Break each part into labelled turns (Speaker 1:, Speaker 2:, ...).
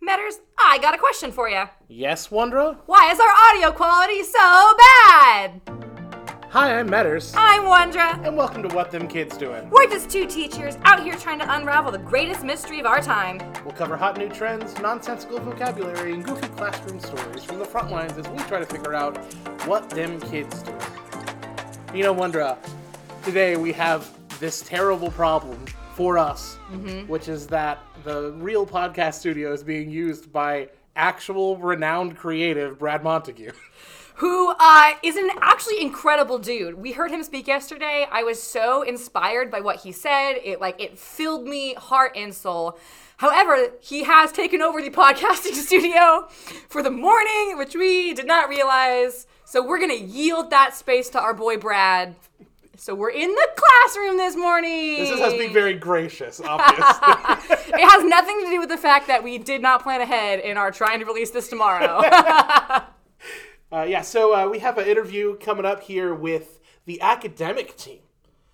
Speaker 1: Matters, I got a question for you.
Speaker 2: Yes, Wondra?
Speaker 1: Why is our audio quality so bad?
Speaker 2: Hi, I'm Matters.
Speaker 1: I'm Wondra.
Speaker 2: And welcome to What Them Kids Doing.
Speaker 1: We're just two teachers out here trying to unravel the greatest mystery of our time.
Speaker 2: We'll cover hot new trends, nonsensical vocabulary, and goofy classroom stories from the front lines as we try to figure out what them kids do. You know, Wondra, today we have this terrible problem for us, which is that the real podcast studio is being used by actual renowned creative Brad Montague.
Speaker 1: Who uh, is an actually incredible dude. We heard him speak yesterday. I was so inspired by what he said. It like it filled me heart and soul. However, he has taken over the podcasting studio for the morning, which we did not realize. So we're gonna yield that space to our boy Brad. So we're in the classroom this morning.
Speaker 2: This is us being very gracious, obviously.
Speaker 1: it has nothing to do with the fact that we did not plan ahead and are trying to release this tomorrow.
Speaker 2: Uh, yeah, so uh, we have an interview coming up here with the academic team.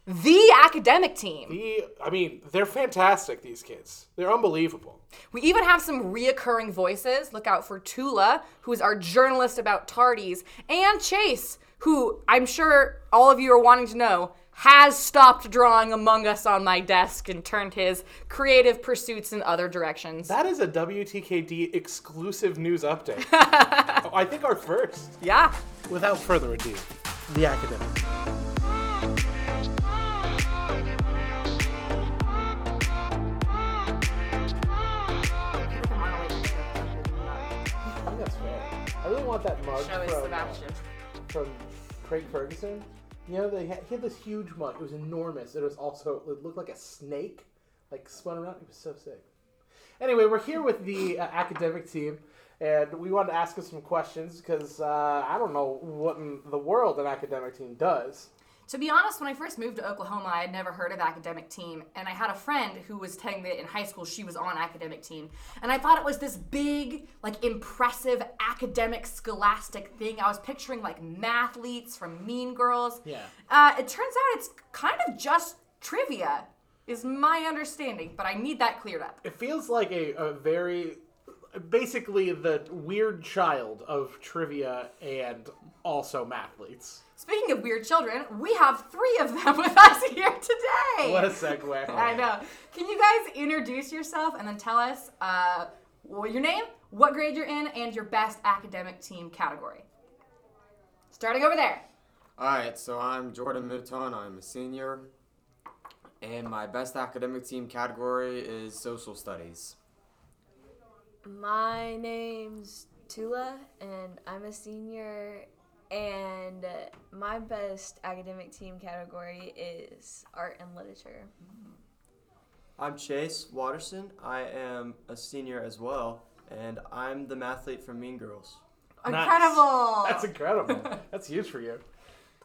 Speaker 1: the academic team.
Speaker 2: The, I mean, they're fantastic, these kids. They're unbelievable.
Speaker 1: We even have some reoccurring voices. Look out for Tula, who's our journalist about tardies, and Chase, who I'm sure all of you are wanting to know has stopped drawing Among Us on my desk and turned his creative pursuits in other directions.
Speaker 2: That is a WTKD exclusive news update. Oh, I think our first.
Speaker 1: yeah.
Speaker 2: Without further ado, the academic. I think that's fair. I really want that mug from, uh, from Craig Ferguson. You know, they had, he had this huge mug. It was enormous. It was also it looked like a snake, like spun around. It was so sick. Anyway, we're here with the uh, academic team, and we wanted to ask him some questions because uh, I don't know what in the world an academic team does.
Speaker 1: To be honest, when I first moved to Oklahoma, I had never heard of academic team, and I had a friend who was telling me that in high school she was on academic team, and I thought it was this big, like impressive academic scholastic thing. I was picturing like mathletes from Mean Girls.
Speaker 2: Yeah.
Speaker 1: Uh, it turns out it's kind of just trivia, is my understanding, but I need that cleared up.
Speaker 2: It feels like a, a very basically the weird child of trivia and also mathletes.
Speaker 1: Speaking of weird children, we have three of them with us here today.
Speaker 2: What a segue.
Speaker 1: I know. Can you guys introduce yourself and then tell us uh, what, your name, what grade you're in, and your best academic team category? Starting over there.
Speaker 3: Alright, so I'm Jordan Middleton. I'm a senior. And my best academic team category is social studies.
Speaker 4: My name's Tula, and I'm a senior. And my best academic team category is art and literature.
Speaker 5: I'm Chase Watterson. I am a senior as well, and I'm the mathlete from Mean Girls.
Speaker 2: Nice.
Speaker 1: Incredible.
Speaker 2: That's incredible. That's huge for you.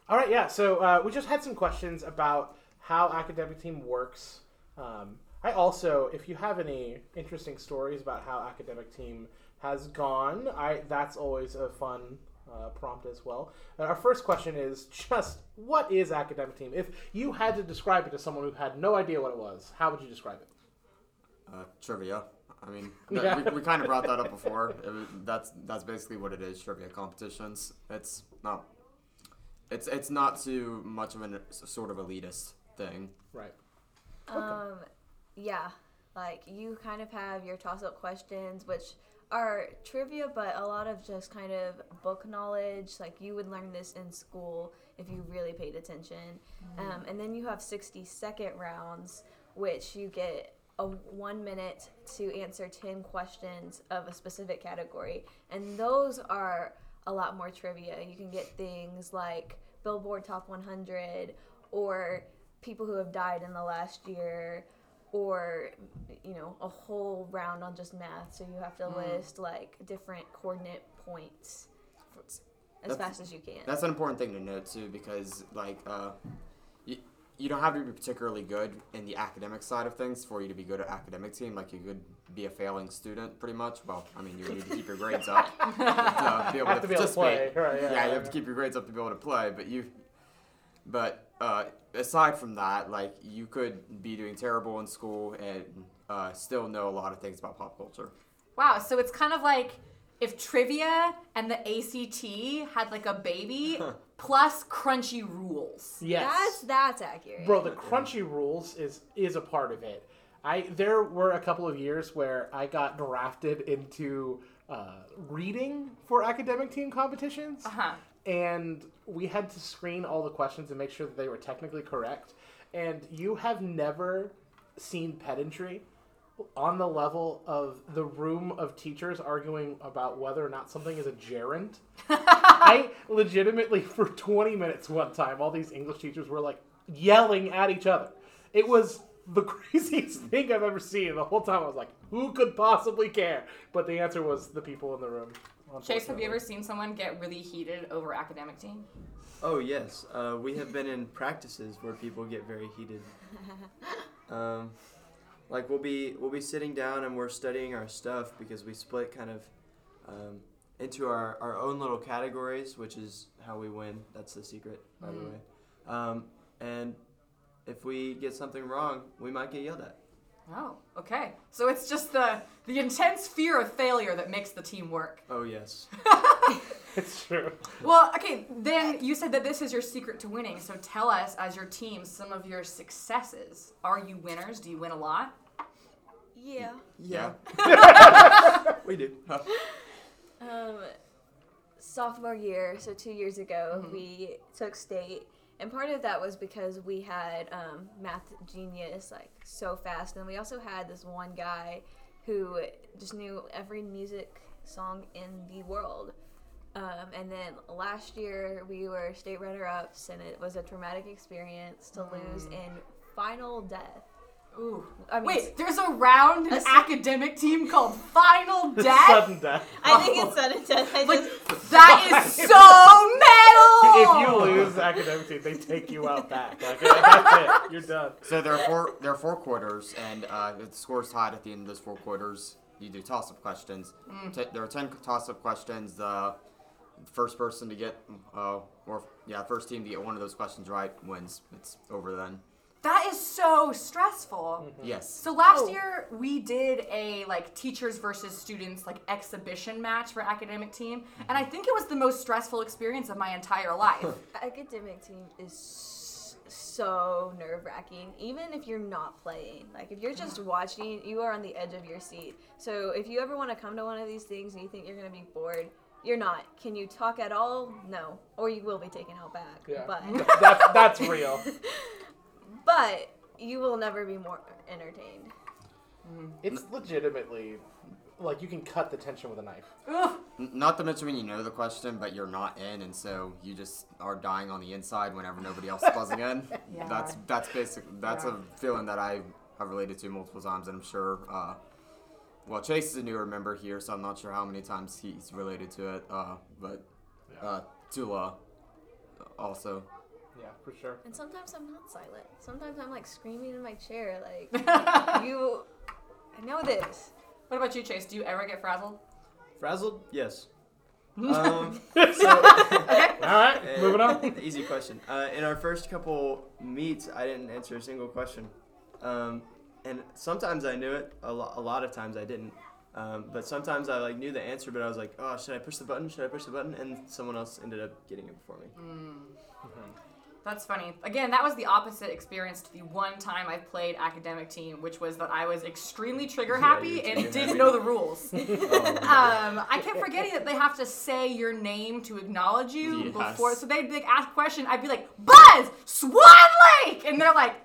Speaker 2: All right, yeah. So uh, we just had some questions about how academic team works. Um, I also, if you have any interesting stories about how academic team has gone, I that's always a fun uh, prompt as well. And our first question is just what is academic team? If you had to describe it to someone who had no idea what it was, how would you describe it?
Speaker 3: Uh, trivia. I mean,
Speaker 2: Yeah.
Speaker 3: we, we kind of brought that up before. It was, that's that's basically what it is. Trivia competitions. It's not. It's it's not too much of a sort of elitist thing.
Speaker 2: Right.
Speaker 4: Um, yeah, like you kind of have your toss up questions, which are trivia, but a lot of just kind of book knowledge. Like you would learn this in school if you really paid attention.
Speaker 3: Mm.
Speaker 4: Um, and then you have 60 second rounds, which you get a one minute to answer 10 questions of a specific category. And those are a lot more trivia. You can get things like Billboard Top 100 or people who have died in the last year or you know a whole round on just math so you have to
Speaker 3: Mm.
Speaker 4: list like different coordinate points as
Speaker 3: That's-
Speaker 4: fast as you can
Speaker 3: That's an important thing to note too, because like uh, you, you don't have to be particularly good in the academic side of things for you to be good at academic team. Like you could be a failing student, pretty much. Well, I mean, you would need to keep your grades up to be able
Speaker 2: Have
Speaker 3: to
Speaker 2: to be able to play.
Speaker 3: participate.
Speaker 2: Right, yeah,
Speaker 3: yeah,
Speaker 2: yeah,
Speaker 3: you have to
Speaker 2: yeah.
Speaker 3: keep your grades up to be able to play. But you, but uh, aside from that, like you could be doing terrible in school and uh, still know a lot of things about pop culture.
Speaker 1: Wow, so it's kind of like if trivia and the ACT had like a baby plus crunchy rules.
Speaker 4: That's that's accurate.
Speaker 2: Bro, the crunchy rules is is a part of it. I there were a couple of years where I got drafted into uh, reading for academic team competitions,
Speaker 1: Uh-huh.
Speaker 2: and we had to screen all the questions and make sure that they were technically correct. And you have never seen pedantry on the level of the room of teachers arguing about whether or not something is a gerund. I legitimately, for 20 minutes one time, all these English teachers were like yelling at each other. It was the craziest thing I've ever seen. The whole time I was like, who could possibly care? But the answer was the people in the room.
Speaker 1: Chase, have you
Speaker 2: unfortunately.
Speaker 1: ever seen someone get really heated over academic team?
Speaker 5: Oh yes, uh, we have been in practices where people get very heated. Um, like we'll be we'll be sitting down and we're studying our stuff because we split kind of um, into our, our own little categories, which is how we win. That's the secret, by the way. Um, and if we get something wrong, we might get yelled at.
Speaker 1: Oh, okay. So it's just the the intense fear of failure that makes the team work.
Speaker 5: Oh yes.
Speaker 2: It's true.
Speaker 1: Well, okay, then you said that this is your secret to winning. So tell us, as your team, some of your successes. Are you winners? Do you win a lot?
Speaker 4: yeah.
Speaker 3: Yeah.
Speaker 5: we do.
Speaker 4: Um, sophomore year, so two years ago,
Speaker 1: Mm-hmm.
Speaker 4: we took state, and part of that was because we had um, math genius like so fast, and we also had this one guy who just knew every music song in the world. Um, and then last year we were state runner-ups, and it was a traumatic experience to
Speaker 1: Mm.
Speaker 4: lose in final death.
Speaker 1: Ooh.
Speaker 4: I mean,
Speaker 1: Wait, there's a round in
Speaker 4: Us-
Speaker 1: academic team called Final Death?
Speaker 2: Sudden death.
Speaker 4: I think it's sudden death. I
Speaker 1: Oh. Like,
Speaker 4: just,
Speaker 1: that is so
Speaker 2: If
Speaker 1: metal!
Speaker 2: you lose academic team, they take you out back. Like, that's it. You're done.
Speaker 3: So there are four there are four quarters, and uh, if the score's tied at the end of those four quarters. You do toss up questions. T- there are ten toss up questions. The first person to get, uh, or yeah, first team to get one of those questions right wins. It's over then.
Speaker 1: That is so stressful.
Speaker 3: Yes.
Speaker 1: So last
Speaker 4: Oh.
Speaker 1: year we did a like teachers versus students like exhibition match for academic team, and I think it was the most stressful experience of my entire life.
Speaker 4: academic team is s- so nerve wracking, even if you're not playing. Like, if you're just watching, you are on the edge of your seat. So, if you ever want to come to one of these things and you think you're going to be bored, you're not. Can you talk at all? No. Or you will be taken out back.
Speaker 2: Yeah.
Speaker 4: But,
Speaker 2: That's, that's real.
Speaker 4: but you will never be more entertained.
Speaker 2: It's legitimately like you can cut the tension with a knife.
Speaker 1: Ugh.
Speaker 3: N- not to mention when you know the question, but you're not in, and so you just are dying on the inside whenever nobody else is buzzing in.
Speaker 1: Yeah.
Speaker 3: That's that's basic. That's a feeling that I have related to multiple times, and I'm sure. Uh, well, Chase is a newer member here, so I'm not sure how many times he's related to it. Uh, but uh, Tula also.
Speaker 2: Yeah, for sure.
Speaker 4: And sometimes I'm not silent. Sometimes I'm like screaming in my chair, like, you. I know this.
Speaker 1: What about you, Chase? Do you ever get frazzled?
Speaker 5: Frazzled? Yes. Um,
Speaker 2: All right,
Speaker 5: and-
Speaker 2: moving on.
Speaker 5: Eh, Easy question. Uh, in our first couple meets, I didn't answer a single question, um, and sometimes I knew it. A, lo- a lot of times I didn't. Um, but sometimes I like knew the answer, but I was like, "Oh, should I push the button? Should I push the button?" And someone else ended up getting it before me.
Speaker 1: That's funny. Again, that was the opposite experience to the one time I played academic team, which was that I was extremely trigger
Speaker 5: Yeah,
Speaker 1: happy
Speaker 5: you Oh, were
Speaker 1: and
Speaker 5: trigger
Speaker 1: didn't
Speaker 5: happy.
Speaker 1: know the rules. um, I kept forgetting that they have to say your name to acknowledge you
Speaker 3: Yes.
Speaker 1: before. So they'd be like, ask a question. I'd be like, Buzz Swan Lake, and they're like,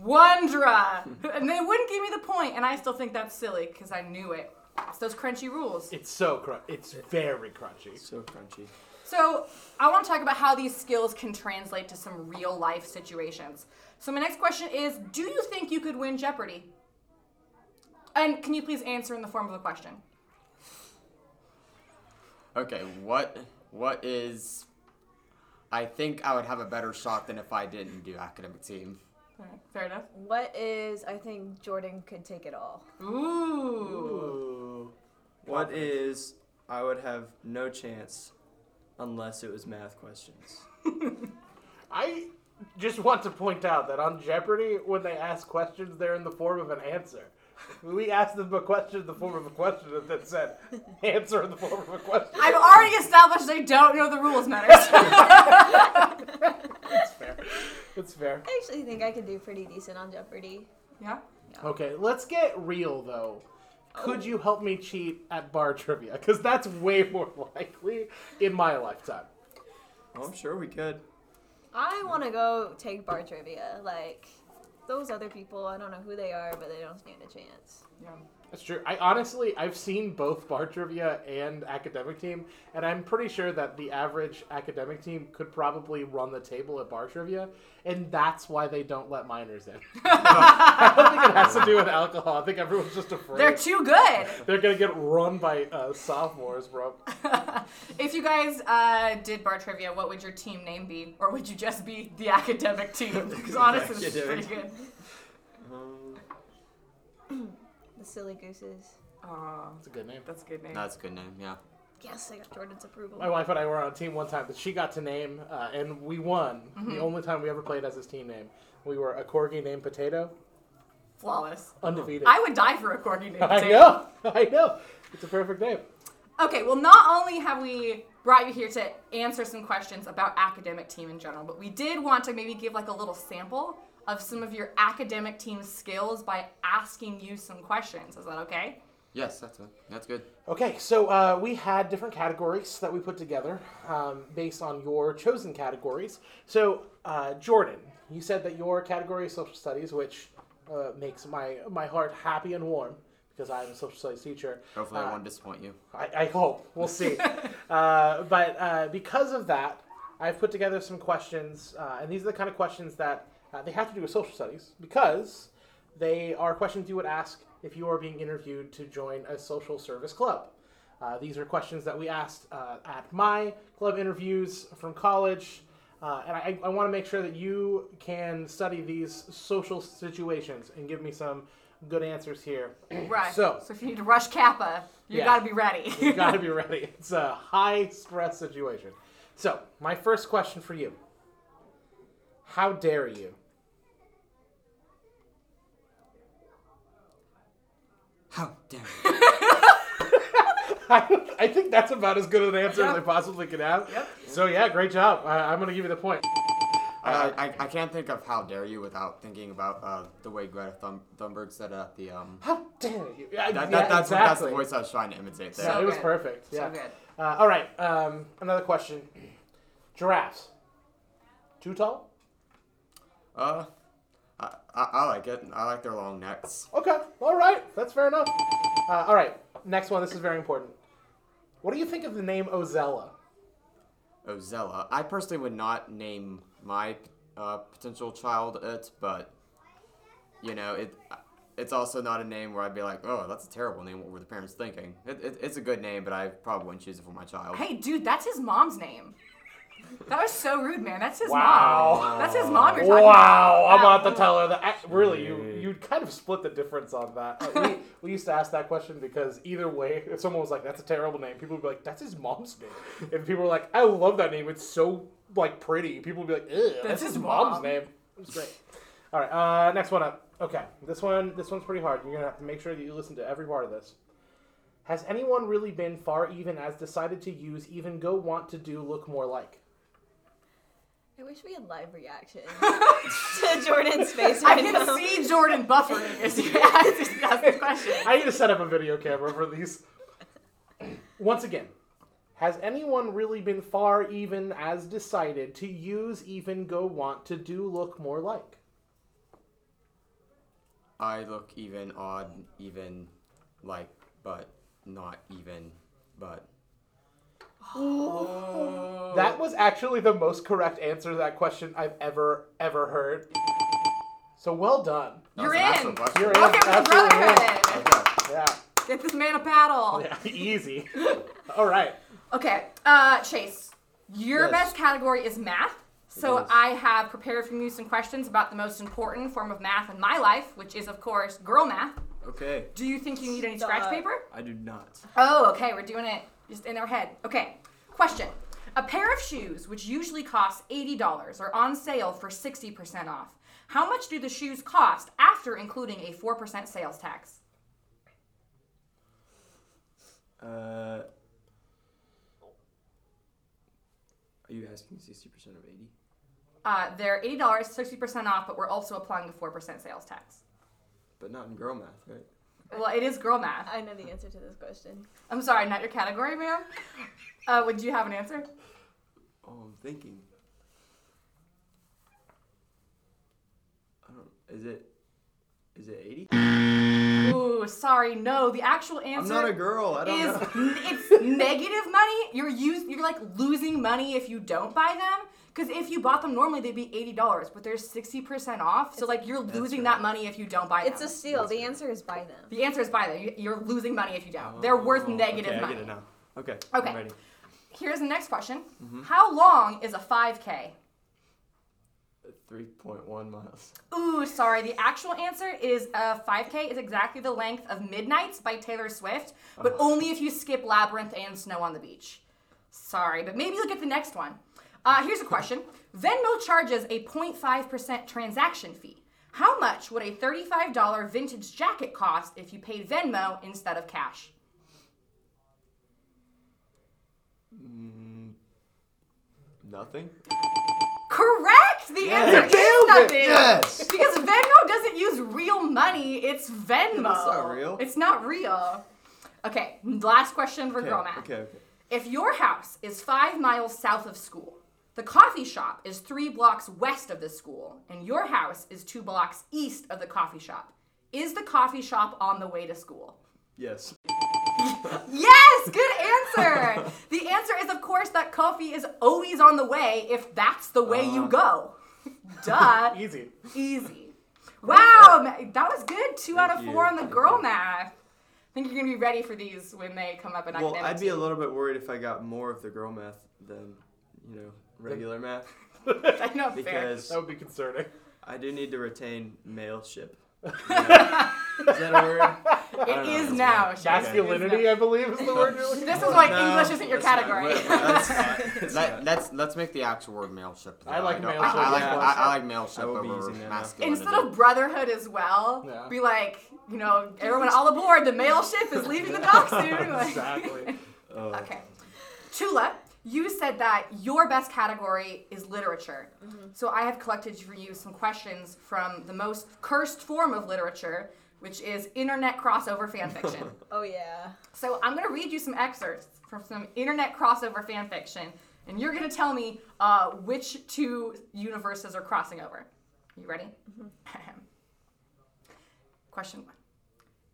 Speaker 1: Wondra, and they wouldn't give me the point, and I still think that's silly because I knew it. It's those crunchy rules.
Speaker 2: It's so crunchy. It's very crunchy.
Speaker 5: So crunchy.
Speaker 1: So I want to talk about how these skills can translate to some real life situations. So my next question is, do you think you could win Jeopardy? And can you please answer in the form of a question?
Speaker 3: Okay, what what is? I think I would have a better shot than if I didn't do academic team.
Speaker 1: All right, fair enough.
Speaker 4: What is, I think Jordan could take it all.
Speaker 1: Ooh.
Speaker 5: What is? I would have no chance, unless it was math questions.
Speaker 2: I just want to point out that on Jeopardy, when they ask questions, they're in the form of an answer. We asked them a question in the form of a question and then said answer in the form of a question.
Speaker 1: I've already established I don't know the rules, matters.
Speaker 2: It's fair. It's fair.
Speaker 4: I actually think I could do pretty decent on Jeopardy.
Speaker 1: yeah.
Speaker 2: Okay, let's get real though. Could you help me cheat at bar trivia? Because that's way more likely in my lifetime.
Speaker 5: Oh, I'm sure we could.
Speaker 4: I want to go take bar trivia. Like those other people, I don't know who they are, but they don't stand a chance.
Speaker 2: That's true. I honestly, I've seen both bar trivia and academic team, and I'm pretty sure that the average academic team could probably run the table at bar trivia, and that's why they don't let minors in. I don't think it has to do with alcohol. I think everyone's just afraid.
Speaker 1: They're too good.
Speaker 2: They're gonna get run by uh, sophomores, bro.
Speaker 1: If you guys uh, did bar trivia, what would your team name be? Or would you just be the academic team? Because honestly, this is pretty good.
Speaker 5: Um,
Speaker 4: The silly gooses.
Speaker 1: Aw,
Speaker 2: That's a good name.
Speaker 1: that's a good name.
Speaker 3: That's a good name, yeah.
Speaker 4: Yes, I got Jordan's approval.
Speaker 2: My wife and I were on a team one time that she got to name, uh, and we won. The only time we ever played as his team name. We were a corgi named Potato,
Speaker 1: Flawless.
Speaker 2: undefeated.
Speaker 1: I would die for a corgi name.
Speaker 2: I
Speaker 1: too.
Speaker 2: know, I know. It's a perfect name.
Speaker 1: Okay, well, not only have we brought you here to answer some questions about academic team in general, but we did want to maybe give like a little sample of some of your academic team skills by asking you some questions. Is that okay?
Speaker 3: Yes, that's it. That's good.
Speaker 2: Okay, so uh, we had different categories that we put together um, based on your chosen categories. So, uh, Jordan, you said that your category is social studies, which uh, makes my my heart happy and warm because I am a social studies teacher.
Speaker 3: Hopefully,
Speaker 2: Uh,
Speaker 3: I won't disappoint you.
Speaker 2: I, I hope. We'll see. uh, but uh, because of that, I've put together some questions, uh, and these are the kind of questions that uh, they have to do with social studies because they are questions you would ask if you are being interviewed to join a social service club. Uh, these are questions that we asked uh, at my club interviews from college. Uh, and I, I want to make sure that you can study these social situations and give me some good answers here.
Speaker 1: Right.
Speaker 2: So-
Speaker 1: if you need to rush Kappa, you
Speaker 2: Yeah.
Speaker 1: gotta be ready.
Speaker 2: You gotta be ready. It's a high stress situation. So, my first question for you How dare you?
Speaker 3: How dare you?
Speaker 2: I, I think that's about as good of an answer as I possibly could have. So, yeah, great job. I, I'm gonna give you the point.
Speaker 3: I, I, I can't think of how dare you without thinking about uh, the way Greta Thun- Thunberg said it at the um.
Speaker 2: How dare you? Yeah,
Speaker 3: That, that,
Speaker 2: yeah,
Speaker 3: that's, that's the
Speaker 2: exactly.
Speaker 3: voice I was trying to imitate there.
Speaker 2: Yeah,
Speaker 1: So
Speaker 2: it was
Speaker 1: good.
Speaker 2: perfect.
Speaker 1: So
Speaker 2: Yeah.
Speaker 1: good.
Speaker 2: Uh, all right, um, another question Giraffes. Too tall?
Speaker 3: Uh, I, I, I like it. I like their long necks.
Speaker 2: Okay, all right, that's fair enough. Uh, all right, next one. This is very important. What do you think of the name Ozella?
Speaker 3: Ozella. I personally would not name my uh, potential child it, but you know it. It's also not a name where I'd be like, oh, that's a terrible name. What were the parents thinking? It, it, it's a good name, but I probably wouldn't choose it for my child.
Speaker 1: Hey, dude, that's his mom's name. That was so rude, man. That's his
Speaker 2: Wow.
Speaker 1: mom. That's his mom you're talking
Speaker 2: Wow, I'm
Speaker 1: about.
Speaker 2: about to tell her that. I, really, you you kind of split the difference on that. Uh, we, we used to ask that question because either way, if someone was like, "That's a terrible name," people would be like, "That's his mom's name," and people were like, "I love that name. It's so like pretty." People would be like, "Ugh, that's, his
Speaker 1: his
Speaker 2: mom's
Speaker 1: mom."
Speaker 2: name." It was great. All right, uh, next one up. Okay, this one this one's pretty hard. You're gonna have to make sure that you listen to every part of this. Has anyone really been far even as decided to use even go want to do look more like?
Speaker 4: I wish we had live reactions to Jordan's face
Speaker 1: I
Speaker 4: right
Speaker 1: can
Speaker 4: now.
Speaker 1: see Jordan buffering as you ask the question.
Speaker 2: I need to set up a video camera for these. Once again, has anyone really been far even as decided to use even go want to do look more like?
Speaker 3: I look even odd, even like, but not even, but.
Speaker 2: That was actually the most correct answer to that question I've ever, ever heard. So well done.
Speaker 3: That
Speaker 1: You're
Speaker 3: was an actual
Speaker 1: in.
Speaker 3: question.
Speaker 2: You're in.
Speaker 1: Okay, with the
Speaker 2: Absolutely.
Speaker 1: brotherhood.
Speaker 3: Okay.
Speaker 2: Yeah.
Speaker 1: Get this man a paddle.
Speaker 2: Yeah. Easy. All right.
Speaker 1: Okay, uh, Chase, your
Speaker 5: Yes.
Speaker 1: best category is math. So
Speaker 5: Yes.
Speaker 1: I have prepared for you some questions about the most important form of math in my life, which is, of course, girl math.
Speaker 5: Okay,
Speaker 1: Do you think you need any
Speaker 4: Stop.
Speaker 1: scratch paper?
Speaker 5: I do not.
Speaker 1: Oh, okay, we're doing it just in our head. Okay, question. A pair of shoes, which usually costs $80, are on sale for 60% off. How much do the shoes cost after including a 4% sales tax?
Speaker 5: Uh, asking 60% of 80?
Speaker 1: Uh, they're eighty dollars, sixty percent off, but we're also applying the four percent sales tax.
Speaker 5: But not in girl math, right?
Speaker 1: Well, it is girl math.
Speaker 4: I know the answer to this question.
Speaker 1: I'm sorry, not your category, ma'am. Uh, would you have an answer?
Speaker 5: Oh, I'm thinking. I don't. Is it? Is it 80?
Speaker 1: Ooh, sorry, no. The actual
Speaker 5: I'm
Speaker 1: answer
Speaker 5: not a girl. I don't
Speaker 1: is
Speaker 5: know.
Speaker 1: it's negative money. You're use, you're like losing money if you don't buy them. Because if you bought them normally, they'd be eighty dollars, but they're sixty percent off. So like you're losing
Speaker 5: right.
Speaker 1: that money if you don't buy them.
Speaker 4: It's a steal. The answer is buy them.
Speaker 1: the answer is buy them. You- You're losing money if you don't. They're worth
Speaker 5: Oh,
Speaker 1: negative
Speaker 5: okay,
Speaker 1: money.
Speaker 5: I get it now. Okay.
Speaker 1: Okay.
Speaker 5: I'm ready.
Speaker 1: Here's the next question.
Speaker 5: Mm-hmm.
Speaker 1: How long is a five k?
Speaker 5: 3.1 miles.
Speaker 1: Ooh, sorry. The actual answer is uh, 5K is exactly the length of Midnight's by Taylor Swift, but
Speaker 5: Uh-huh.
Speaker 1: only if you skip Labyrinth and Snow on the Beach. Sorry, but maybe you'll get the next one. Uh, here's a question Venmo charges a 0.5% transaction fee. How much would a $35 vintage jacket cost if you paid Venmo instead of cash?
Speaker 5: Nothing.
Speaker 1: Correct! The
Speaker 5: You
Speaker 1: answer is
Speaker 5: nailed it!
Speaker 1: nothing.
Speaker 5: Yes!
Speaker 1: Because Venmo doesn't use real money, it's Venmo. It's
Speaker 5: not real.
Speaker 1: It's not real. Okay, last question for
Speaker 5: Okay.
Speaker 1: Girl Math.
Speaker 5: Okay. Okay.
Speaker 1: If your house is five miles south of school, the coffee shop is three blocks west of the school, and your house is two blocks east of the coffee shop, is the coffee shop on the way to school?
Speaker 5: Yes.
Speaker 1: Yes, good answer. the answer is, of course, that coffee is always on the way if that's the way you
Speaker 5: Uh-huh.
Speaker 1: go. Duh,
Speaker 2: Easy.
Speaker 1: easy. Wow, Ma- that was good. Two out of
Speaker 5: Thank
Speaker 1: four
Speaker 5: you.
Speaker 1: on the girl math. I think you're gonna be ready for these when they come up in
Speaker 5: Well,
Speaker 1: academic.
Speaker 5: I'd be a little bit worried if I got more of the girl math than, you know, regular math
Speaker 1: I know, fair.
Speaker 5: because
Speaker 2: That would be concerning.
Speaker 5: I do need to retain maleship. is that a word?
Speaker 1: It
Speaker 5: don't know,
Speaker 1: is
Speaker 5: it's
Speaker 1: now. Shannon,
Speaker 5: fine.
Speaker 1: it is
Speaker 2: Masculinity,
Speaker 1: now.
Speaker 2: I believe, is the word you're looking
Speaker 1: This
Speaker 2: for.
Speaker 1: is why
Speaker 5: No,
Speaker 1: English isn't your
Speaker 5: that's not-
Speaker 1: category.
Speaker 5: whatever, that's not- it's not.
Speaker 3: Let, let's let's make the actual word male ship.
Speaker 2: I like
Speaker 3: don't-
Speaker 2: male
Speaker 3: I,
Speaker 2: ship.
Speaker 3: I like
Speaker 5: Yeah.
Speaker 3: I, I like male ship
Speaker 5: will be
Speaker 3: over
Speaker 5: using that now.
Speaker 3: masculinity.
Speaker 1: Instead of brotherhood as well,
Speaker 2: Yeah.
Speaker 1: be like, you know, everyone all aboard. The mail ship is leaving the dock soon. Like-
Speaker 2: exactly.
Speaker 5: Oh.
Speaker 1: Okay. Tula, you said that your best category is literature. So I have collected for you some questions from the most cursed form of literature, which is internet crossover fanfiction.
Speaker 4: Oh yeah.
Speaker 1: so I'm going to read you some excerpts from some internet crossover fanfiction, and you're going to tell me uh, which two universes are crossing over. You ready? Question one.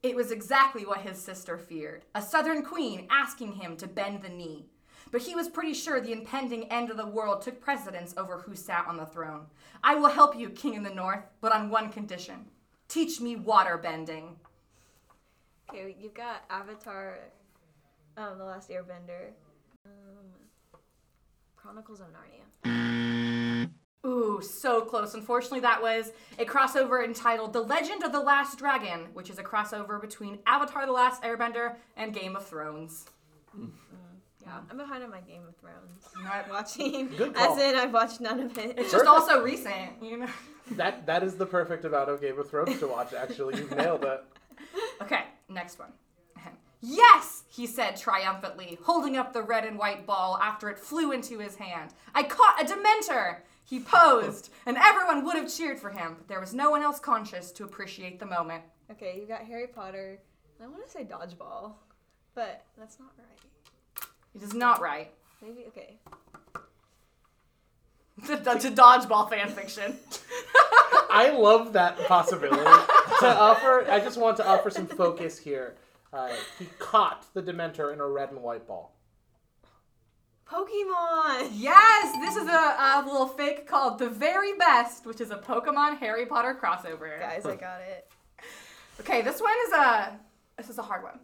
Speaker 1: It was exactly what his sister feared a southern queen asking him to bend the knee. But he was pretty sure the impending end of the world took precedence over who sat on the throne. I will help you, king in the north, but on one condition teach me water bending.
Speaker 4: Okay, you've got Avatar, um, The Last Airbender, um, Chronicles of Narnia.
Speaker 1: Ooh, so close. Unfortunately, that was a crossover entitled The Legend of the Last Dragon, which is a crossover between Avatar The Last Airbender and Game of Thrones.
Speaker 4: Yeah,
Speaker 2: Mm.
Speaker 4: I'm behind on my Game of Thrones.
Speaker 1: You know, it-
Speaker 4: Watching,
Speaker 2: Good call.
Speaker 4: as in I've watched none of it.
Speaker 1: It's just also recent, you know?
Speaker 2: That that is the perfect amount of Game of Thrones to watch. Actually, you've nailed it.
Speaker 1: Okay, next one. Ahem. Yes, he said triumphantly, holding up the red and white ball after it flew into his hand. I caught a Dementor! He posed, and everyone would have cheered for him, but there was no one else conscious to appreciate the moment.
Speaker 4: Okay, you got Harry Potter. and I want to say dodgeball, but that's not right.
Speaker 1: It is not right.
Speaker 4: Maybe okay.
Speaker 1: to, to dodgeball fanfiction.
Speaker 2: I love that possibility. to offer, I just want to offer some focus here. Uh, he caught the Dementor in a red and white ball.
Speaker 4: Pokemon.
Speaker 1: Yes, this is a, a little fake called The Very Best, which is a Pokemon Harry Potter crossover.
Speaker 4: Guys, I got it.
Speaker 1: Okay, this one is a this is a hard one.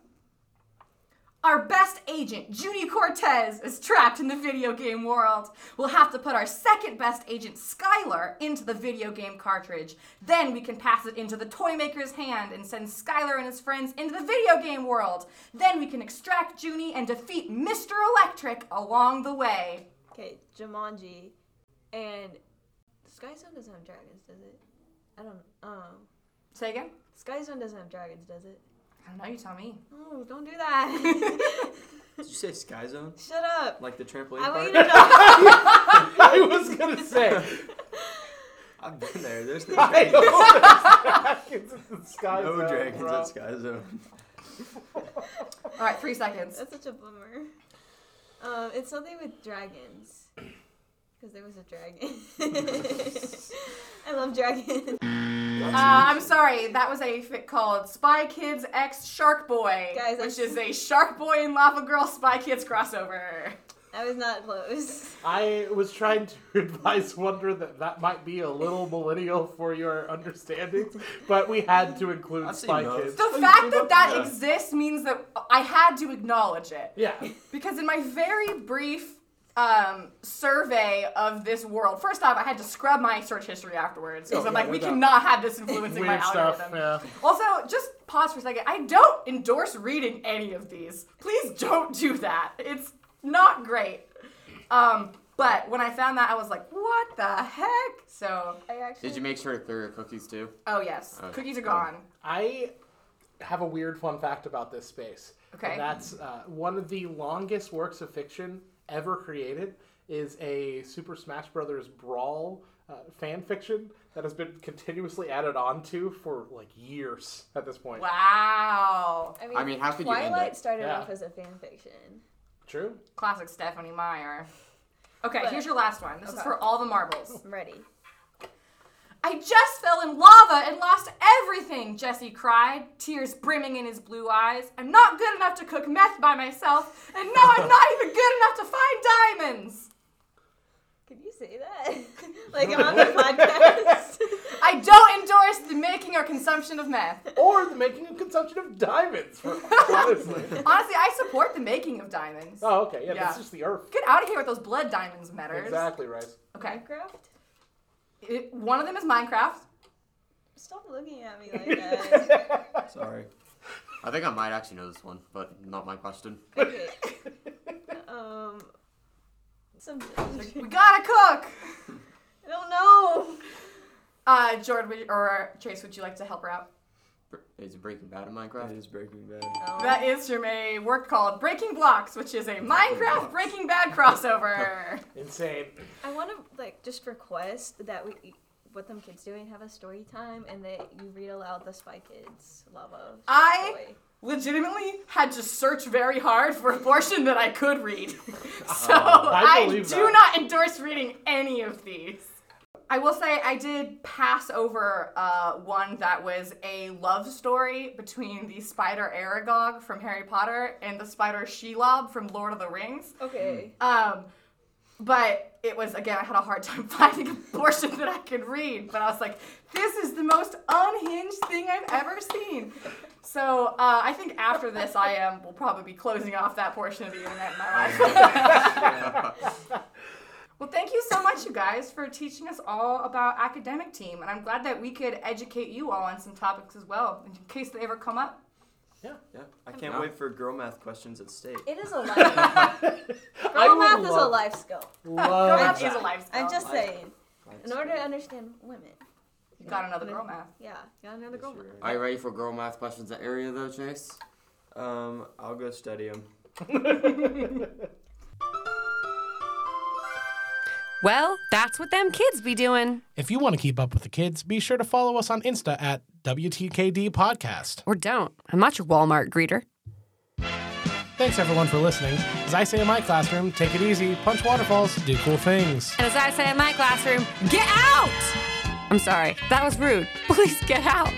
Speaker 1: Our best agent, Judy Cortez, is trapped in the video game world. We'll have to put our second best agent, Skylar, into the video game cartridge. Then we can pass it into the toy maker's hand and send Skylar and his friends into the video game world. Then we can extract Junie and defeat Mr. Electric along the way.
Speaker 4: Okay, Jumanji, and Sky Zone doesn't have dragons, does it? I don't. Um,
Speaker 1: Say again?
Speaker 4: Sky Zone doesn't have dragons, does it?
Speaker 1: I don't know. You tell me.
Speaker 4: Oh, don't do that.
Speaker 5: Did you say Sky Zone?
Speaker 4: Shut up.
Speaker 5: Like the trampoline
Speaker 4: I want
Speaker 5: park?
Speaker 4: you to know.
Speaker 2: I was gonna say.
Speaker 5: I've been there. There's no
Speaker 2: I know there's
Speaker 5: dragons.
Speaker 2: dragons in the sky.
Speaker 5: No
Speaker 2: zone,
Speaker 5: dragons
Speaker 2: bro.
Speaker 5: at Sky Zone.
Speaker 1: All right, three seconds.
Speaker 4: That's such a bummer. Um, it's something with dragons. Because there was a dragon. I love dragons.
Speaker 1: Uh, I'm sorry. That was a fic called Spy Kids X Shark Boy,
Speaker 4: Guys, I'm-
Speaker 1: which is a Shark Boy and Lava Girl Spy Kids crossover.
Speaker 4: I was not close.
Speaker 2: I was trying to advise Wonder that that might be a little millennial for your understanding, but we had to include
Speaker 5: I've seen
Speaker 2: Spy
Speaker 5: both.
Speaker 2: Kids.
Speaker 1: The
Speaker 5: you
Speaker 1: fact
Speaker 5: came
Speaker 1: that
Speaker 5: up
Speaker 1: that
Speaker 5: with that.
Speaker 1: exists means that I had to acknowledge it.
Speaker 2: Yeah,
Speaker 1: Because in my very brief um, survey of this world, first off, I had to scrub my search history afterwards because
Speaker 2: Oh,
Speaker 1: I'm
Speaker 2: yeah,
Speaker 1: like,
Speaker 2: no
Speaker 1: we
Speaker 2: doubt.
Speaker 1: cannot have this influencing my
Speaker 2: weird
Speaker 1: algorithm.
Speaker 2: stuff. Yeah.
Speaker 1: Also, just pause for a second. I don't endorse reading any of these. Please don't do that. It's not great. Um, but when I found that, I was like, what the heck? So,
Speaker 4: I actually.
Speaker 3: Did you make sure to clear your cookies too?
Speaker 1: oh yes,
Speaker 3: Okay.
Speaker 1: cookies are gone.
Speaker 2: I have a weird fun fact about this space.
Speaker 1: Okay.
Speaker 2: And that's uh, one of the longest works of fiction ever created is a Super Smash Brothers Brawl uh, fan fiction that has been continuously added on to for like years at this point.
Speaker 1: Wow.
Speaker 4: I mean,
Speaker 3: I mean, how could you end
Speaker 4: Twilight
Speaker 3: it?
Speaker 4: started
Speaker 2: Yeah.
Speaker 4: off as a fan fiction.
Speaker 2: True.
Speaker 1: Classic Stephanie Meyer. Okay,
Speaker 4: But-
Speaker 1: here's your last one. This is
Speaker 4: Okay.
Speaker 1: for all the marbles.
Speaker 4: I'm ready.
Speaker 1: I just fell in lava and lost everything, Jesse cried, tears brimming in his blue eyes. I'm not good enough to cook meth by myself, and now I'm not even good enough to find diamonds.
Speaker 4: Could you say that? like on the podcast?
Speaker 1: I don't endorse the making or consumption of meth.
Speaker 2: Or the making and consumption of diamonds. for- honestly.
Speaker 1: Honestly, I support the making of diamonds.
Speaker 2: Oh, okay. Yeah,
Speaker 1: Yeah.
Speaker 2: that's just the earth.
Speaker 1: Get out of here with those blood diamonds, metters.
Speaker 2: Exactly right.
Speaker 1: Okay.
Speaker 4: Minecraft?
Speaker 1: It- one of them is Minecraft.
Speaker 4: Stop looking at me like that.
Speaker 5: Sorry.
Speaker 3: I think I might actually know this one, but not my question.
Speaker 4: okay. Um. Some.
Speaker 1: We gotta cook.
Speaker 4: I don't know.
Speaker 1: Uh, Jordan would, or Chase, would you like to help her out?
Speaker 3: Br- Is it Breaking Bad in
Speaker 5: That
Speaker 3: Minecraft?
Speaker 5: is Breaking Bad.
Speaker 1: That is from a work called Breaking Blocks, which is a Minecraft Breaking Bad crossover.
Speaker 2: Insane.
Speaker 4: I want to like just request that we, what them kids doing, have a story time, and that you read aloud the Spy Kids Lava.
Speaker 1: I-
Speaker 4: Boy.
Speaker 1: Legitimately had to search very hard for a portion that I could read. So
Speaker 2: Oh,
Speaker 1: I,
Speaker 2: I
Speaker 1: do
Speaker 2: believe that.
Speaker 1: not endorse reading any of these. I will say I did pass over uh, one that was a love story between the spider Aragog from Harry Potter and the spider Shelob from Lord of the Rings.
Speaker 4: Okay.
Speaker 1: Um, but it was again, I had a hard time finding a portion that I could read. But I was like, this is the most unhinged thing I've ever seen. So uh, I think after this, I am will probably be closing off that portion of the internet in my life. well, thank you so much, you guys, for teaching us all about academic team, and I'm glad that we could educate you all on some topics as well, in case they ever come up.
Speaker 5: Yeah. I can't
Speaker 3: No.
Speaker 5: wait for girl math questions at state.
Speaker 4: It is a life.
Speaker 2: I
Speaker 4: Girl
Speaker 2: would
Speaker 4: math is a
Speaker 2: love-
Speaker 4: life skill.
Speaker 1: Girl
Speaker 2: Love
Speaker 1: math is
Speaker 2: that.
Speaker 1: a life skill.
Speaker 4: I'm Oh, just
Speaker 5: life-
Speaker 4: saying.
Speaker 5: Like,
Speaker 4: In order to understand women.
Speaker 1: you got another girl math.
Speaker 4: Yeah. Got another
Speaker 5: yes,
Speaker 4: girl.
Speaker 5: you're right.
Speaker 3: Are you ready for girl math questions at area though, Chase?
Speaker 5: Um, I'll go study them.
Speaker 6: Well, that's what them kids be doing.
Speaker 7: If you want to keep up with the kids, be sure to follow us on Insta at WTKD Podcast.
Speaker 6: Or don't. I'm not your Walmart greeter.
Speaker 7: Thanks everyone for listening. As I say in my classroom, take it easy, punch waterfalls, do cool things.
Speaker 6: And as I say in my classroom, get out! I'm sorry, that was rude. Please get out.